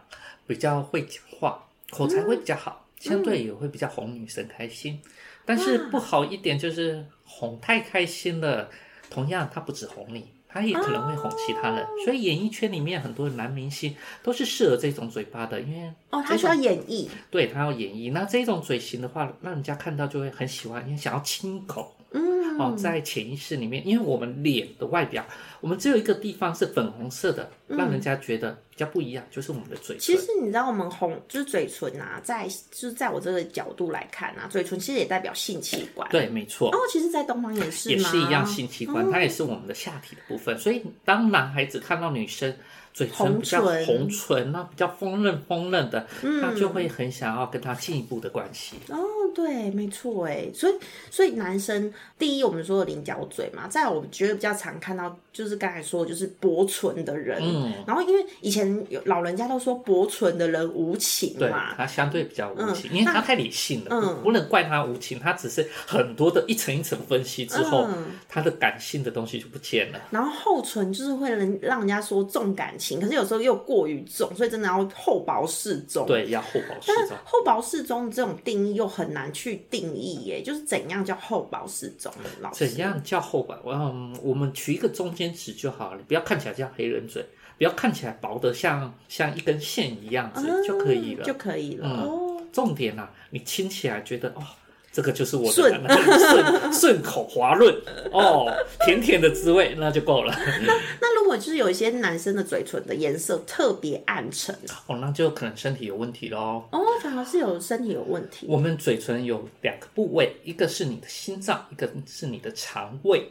S1: 比较会讲话，口才会比较好，
S2: 嗯
S1: 相对也会比较哄女生开心。但是不好一点就是哄太开心了，同样他不止哄你，他也可能会哄其他人。
S2: 哦
S1: 所以演艺圈里面很多男明星都是适合这种嘴巴的，因为
S2: 哦，他需要演绎，
S1: 对他要演绎。那这种嘴型的话，让人家看到就会很喜欢，因为想要亲一口。
S2: 嗯，
S1: 哦，在潜意识里面，因为我们脸的外表，我们只有一个地方是粉红色的，让人家觉得比较不一样，就是我们的嘴
S2: 嗯其
S1: 唇。
S2: 实你知道，我们红就是嘴唇啊，在就是在我这个角度来看啊，嘴唇其实也代表性器官。
S1: 对，没错，
S2: 哦，其实，在东方也是
S1: 也
S2: 吗？嗯
S1: 是一样性器官，它也是我们的下体的部分。所以，当男孩子看到女生嘴唇
S2: 红
S1: 比较
S2: 唇嗯
S1: 红唇，那比较丰润丰润的，他就会很想要跟他进一步的关系。
S2: 哦，对，没错，哎，所以所以男生第一，我们说的菱角嘴嘛，再来我们觉得比较常看到，就是刚才说的就是薄唇的人，
S1: 嗯，
S2: 然后因为以前有老人家都说薄唇的人无情
S1: 对，
S2: 嘛，
S1: 他相对比较无情，
S2: 嗯
S1: 因为他太理性了，
S2: 嗯
S1: 不能怪他无情，他只是很多的一层一层分析之后，
S2: 嗯
S1: 他的感性的东西就不见了。
S2: 然后厚唇就是会人让人家说重感情，可是有时候又过于重，所以真的要厚薄适中。
S1: 对，要厚薄适
S2: 但是
S1: 中。
S2: 厚薄适中这种定义又很难去定义耶，就是怎样叫厚薄适中？老师
S1: 怎？样叫厚吧？嗯，我们取一个中间值就好了，不要看起来像黑人嘴，不要看起来薄的像像一根线一样子、就可以了
S2: 嗯
S1: 嗯
S2: 就。可以了、哦。
S1: 重点啊，你亲起来觉得哦，这个就是我的
S2: 顺
S1: 男人顺顺口滑润哦，甜甜的滋味那就够了。
S2: 那如果就是有一些男生的嘴唇的颜色特别暗沉，
S1: 哦，那就可能身体有问题喽。
S2: 哦，反而是有身体有问题
S1: 我们嘴唇有两个部位，一个是你的心脏，一个是你的肠胃。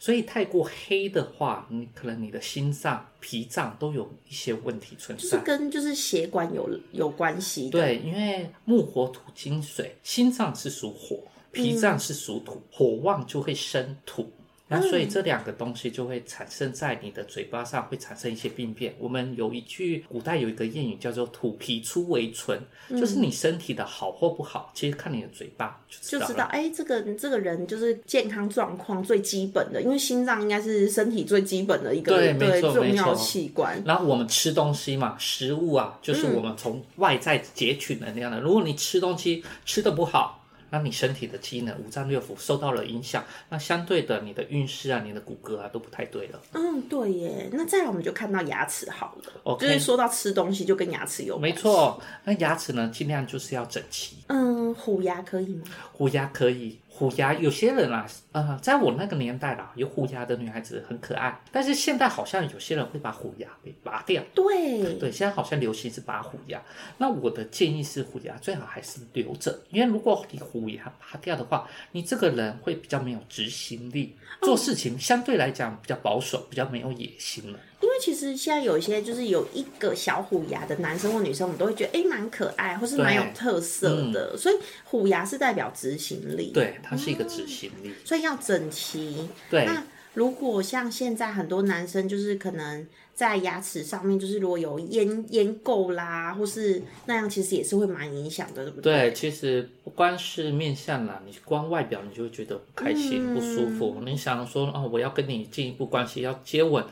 S1: 所以太过黑的话，你可能你的心脏、脾脏都有一些问题存
S2: 就是
S1: 在。
S2: 跟就是血管有有关系的。
S1: 对，因为木火土金水，心脏是属火，脾脏是属土，火旺就会生土。那所以这两个东西就会产生在你的嘴巴上，会产生一些病变。我们有一句古代有一个谚语叫做“土皮出为唇”，就是你身体的好或不好，其实看你的嘴巴就知
S2: 就
S1: 道
S2: 知
S1: 了。
S2: 道，哎、这个这个人就是健康状况最基本的，因为心脏应该是身体最基本的一个
S1: 对没错
S2: 重
S1: 没错
S2: 要器官。
S1: 然后我们吃东西嘛，食物啊，就是我们从外在截取能量的。如果你吃东西吃的不好，那你身体的机能、五脏六腑受到了影响，那相对的你的运势啊、你的骨骼啊都不太对了。
S2: 嗯，对耶。那再来我们就看到牙齿好了
S1: OK
S2: 就是说到吃东西就跟牙齿有关
S1: 没。错，那牙齿呢，尽量就是要整齐。
S2: 嗯，虎牙可以吗？
S1: 虎牙可以，虎牙有些人啊，呃，在我那个年代啦，有虎牙的女孩子很可爱，但是现在好像有些人会把虎牙给拔掉。
S2: 对，
S1: 对，现在好像流行是拔虎牙。那我的建议是，虎牙最好还是留着，因为如果你虎牙拔掉的话，你这个人会比较没有执行力，做事情相对来讲比较保守，比较没有野心了。
S2: 因为其实现在有一些就是有一个小虎牙的男生或女生，我们都会觉得哎蛮、可爱，或是蛮有
S1: 对嗯
S2: 特色的。所以虎牙是代表执行力。。
S1: 对，它是一个执行力。
S2: 所以要整齐。
S1: 对
S2: 那如果像现在很多男生，就是可能在牙齿上面，就是如果有烟烟垢啦，或是那样，其实也是会蛮影响的，对不
S1: 对，其实不光是面相啦，你光外表你就会觉得不开心、不舒服。你想说哦，我要跟你进一步关系，要接吻，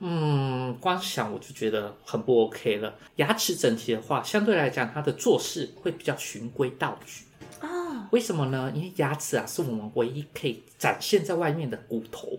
S1: 嗯，光想我就觉得很不 OK 了。牙齿整齐的话，相对来讲，它的做事会比较循规蹈矩。
S2: 哦
S1: 为什么呢？因为牙齿啊，是我们唯一可以展现在外面的骨头。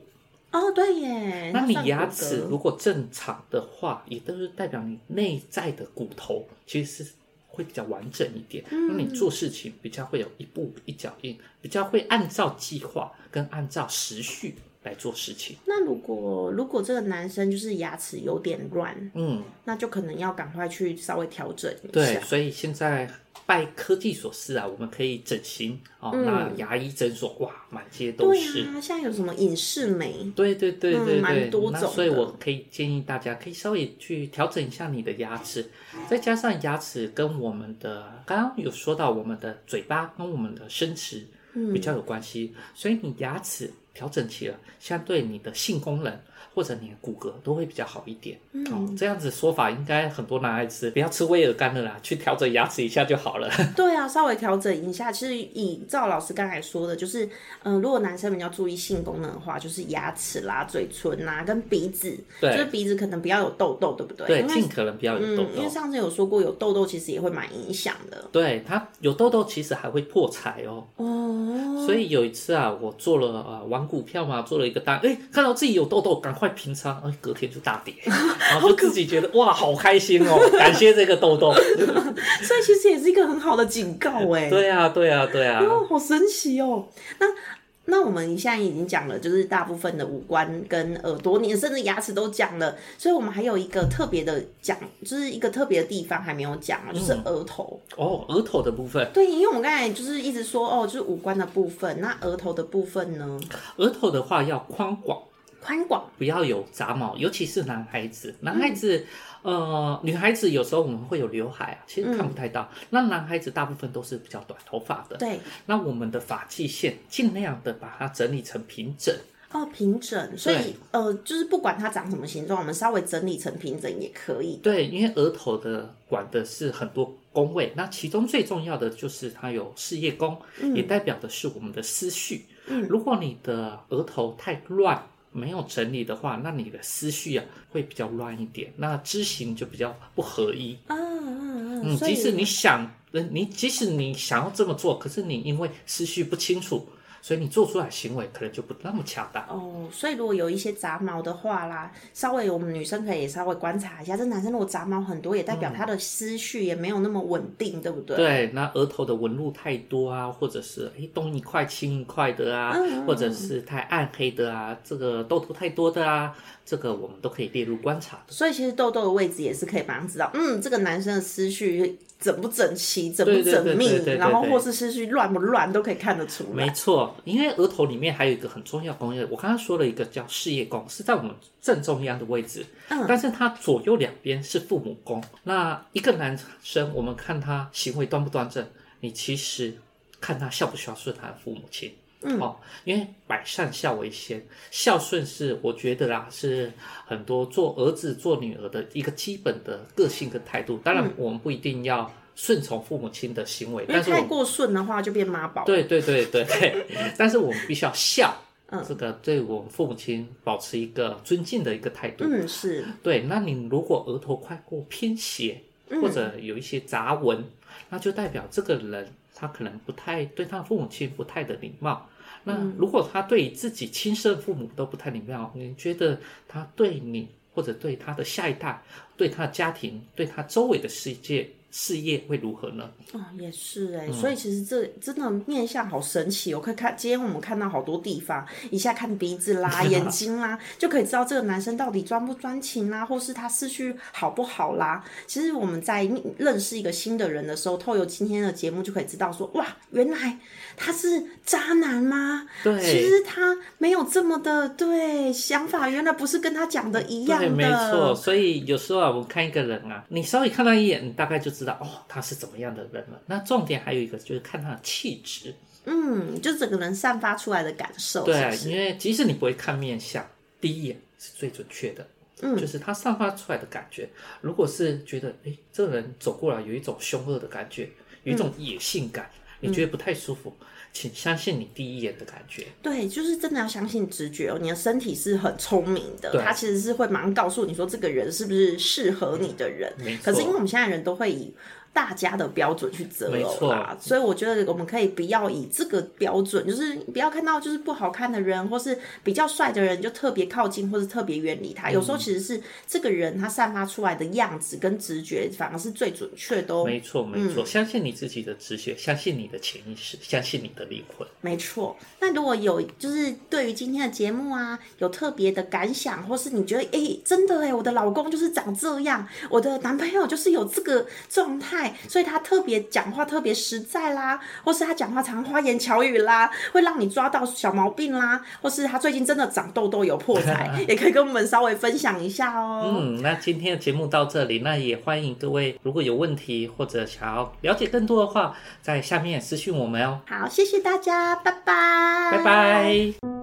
S2: 哦，对耶。
S1: 那你
S2: 算骨
S1: 牙
S2: 骼
S1: 齿如果正常的话，也都是代表你内在的骨头其实是会比较完整一点。那你做事情比较会有一步一脚印，比较会按照计划跟按照时序来做事情。
S2: 那如果如果这个男生就是牙齿有点乱，
S1: 嗯，
S2: 那就可能要赶快去稍微调整一
S1: 对，
S2: 下。
S1: 所以现在拜科技所赐啊，我们可以整形哦，
S2: 嗯
S1: 那牙医诊所哇，满街都
S2: 对
S1: 是。
S2: 啊，现在有什么隐适 美？
S1: 对对对
S2: 嗯
S1: 对对，
S2: 蛮多
S1: 那
S2: 种
S1: 所以
S2: 的
S1: 我可以建议大家可以稍微去调整一下你的牙齿，再加上牙齿跟我们的刚刚有
S2: 嗯
S1: 说到我们的嘴巴跟我们的生殖比较有关系，所以你牙齿调整齐了，相对你的性功能或者你的骨骼都会比较好一点。
S2: 嗯
S1: 哦，这样子说法应该很多男孩子不要吃威尔刚的啦，去调整牙齿一下就好了。
S2: 对啊，稍微调整一下。其实以赵老师刚才说的，就是，嗯、如果男生比较注意性功能的话，就是牙齿啦、嘴唇啦、跟鼻子，
S1: 对
S2: 就是鼻子可能不要有痘痘，对不 对？
S1: 对，
S2: 因为
S1: 尽可能不要有
S2: 嗯
S1: 痘，
S2: 因为
S1: 痘。
S2: 上次有说过，有痘痘其实也会蛮影响的。
S1: 对，它有痘痘其实还会破财哦。
S2: 哦，
S1: 所以有一次啊，我做了啊、呃玩股票嘛，做了一个单，哎，看到自己有痘痘，赶快平仓，哎，隔天就大跌，然后就自己觉得哇，好开心哦，感谢这个痘痘。
S2: 所以其实也是一个很好的警告 哎、
S1: 对啊，对啊，对啊，
S2: 哦，好神奇哦！那那我们现在已经讲了，就是大部分的五官跟耳朵，你甚至牙齿都讲了，所以我们还有一个特别的讲，就是一个特别的地方还没有讲
S1: 嗯
S2: 啊，就是额头。
S1: 哦，额头的部分，
S2: 对，因为我们刚才就是一直说哦，就是五官的部分，那额头的部分呢，
S1: 额头的话要宽广，
S2: 宽广，
S1: 不要有杂毛，尤其是男孩子，男孩子。呃，女孩子有时候我们会有刘海啊，其实看不太到。那男孩子大部分都是比较短头发的，
S2: 对，
S1: 那我们的发际线尽量的把它整理成平整。
S2: 哦，平整。所以
S1: 对
S2: 呃，就是不管它长什么形状，我们稍微整理成平整也可以。
S1: 对，因为额头的管的是很多宫位，那其中最重要的就是它有事业宫，
S2: 嗯
S1: 也代表的是我们的思绪。如果你的额头太乱，没有整理的话，那你的思绪啊会比较乱一点，那知行就比较不合一。
S2: 啊啊啊！
S1: 嗯，
S2: 所以
S1: 即使你想，呃你即使你想要这么做，可是你因为思绪不清楚，所以你做出来的行为可能就不那么恰当。
S2: 哦，所以如果有一些杂毛的话啦，稍微我们女生可以稍微观察一下，这男生如果杂毛很多，也代表他的思绪也没有那么稳定，对不对？
S1: 嗯对，那额头的纹路太多啊，或者是诶东一块青一块的啊，或者是太暗黑的啊，这个痘痘太多的啊，这个我们都可以列入观察的。
S2: 所以其实痘痘的位置也是可以马上知道，嗯，这个男生的思绪整不整齐、整不
S1: 对对
S2: 缜密
S1: 对对对，对
S2: 然后
S1: 对
S2: 或是思绪乱不乱，都可以看得出
S1: 没
S2: 来。
S1: 错，因为额头里面还有一个很重要的宫位，我刚刚说了一个叫事业宫，是在我们正中央的位置，
S2: 嗯
S1: 但是它左右两边是父母宫。那一个男生，我们看他行为端不端正，你其实看他孝不孝顺他的父母亲。
S2: 嗯
S1: 哦，因为百善孝为先，孝顺是我觉得啦，是很多做儿子做女儿的一个基本的个性跟态度。当然，我们不一定要顺从父母亲的行为，
S2: 嗯因为
S1: 但是我
S2: 太
S1: 们
S2: 过顺的话就变妈宝。
S1: 对对对对对，但是我们必须要孝，
S2: 嗯
S1: 这个对我们父母亲保持一个尊敬的一个态度。
S2: 嗯，是，
S1: 对，那你如果额头快过偏斜，
S2: 嗯
S1: 或者有一些杂纹，那就代表这个人他可能不太对他父母亲不太的礼貌。那
S2: 嗯
S1: 如果他对自己亲生父母都不太礼貌，你觉得他对你或者对他的下一代、对他的家庭、对他周围的世界事业会如何呢？
S2: 哦，也是
S1: 嗯
S2: 哎、所以其实这真的面相好神奇哦，可以看今天我们看到好多地方，一下看鼻子 啦、眼睛啦，就可以知道这个男生到底专不专情啦，或是他思绪好不好啦。其实我们在认识一个新的人的时候，透过今天的节目就可以知道说，哇，原来他是渣男吗？
S1: 对，
S2: 其实他没有这么的对想法，原来不是跟他讲的一样
S1: 对，
S2: 的，
S1: 没错。所以有时候啊，我看一个人啊，你稍微看他一眼，你大概就知道哦，他是怎么样的人了。那重点还有一个就是看他的气质，
S2: 嗯，就整个人散发出来的感受，是不
S1: 对，
S2: 是
S1: 因为即使你不会看面相，第一眼是最准确的。
S2: 嗯
S1: 就是他散发出来的感觉，如果是觉得，诶，这个人走过来有一种凶恶的感觉，有一种野性感，
S2: 嗯
S1: 你觉得不太舒服，请相信你第一眼的感觉。
S2: 对，就是真的要相信直觉哦。你的身体是很聪明的，
S1: 对
S2: 它其实是会马上告诉你说这个人是不是适合你的人。
S1: 没错
S2: 可是因为我们现在人都会以大家的标准去择
S1: 没
S2: 偶
S1: 错
S2: 啦，所以我觉得我们可以不要以这个标准，就是不要看到就是不好看的人或是比较帅的人就特别靠近或是特别远离他。有
S1: 嗯
S2: 时候其实是这个人他散发出来的样子跟直觉反而是最准确的哦。
S1: 没错，没错，相信你自己的直觉，相信你的潜意识，相信你的灵魂。
S2: 没错，那如果有就是对于今天的节目啊，有特别的感想，或是你觉得哎、诶真的哎、我的老公就是长这样，我的男朋友就是有这个状态，所以他特别讲话特别实在啦，或是他讲话常花言巧语啦，会让你抓到小毛病啦，或是他最近真的长痘痘有破 财，也可以跟我们稍微分享一下哦。
S1: 嗯，那今天的节目到这里，那也欢迎各位，如果有问题或者想要了解更多的话，在下面私讯我们哦。
S2: 好，谢谢大家，拜拜，
S1: 拜拜。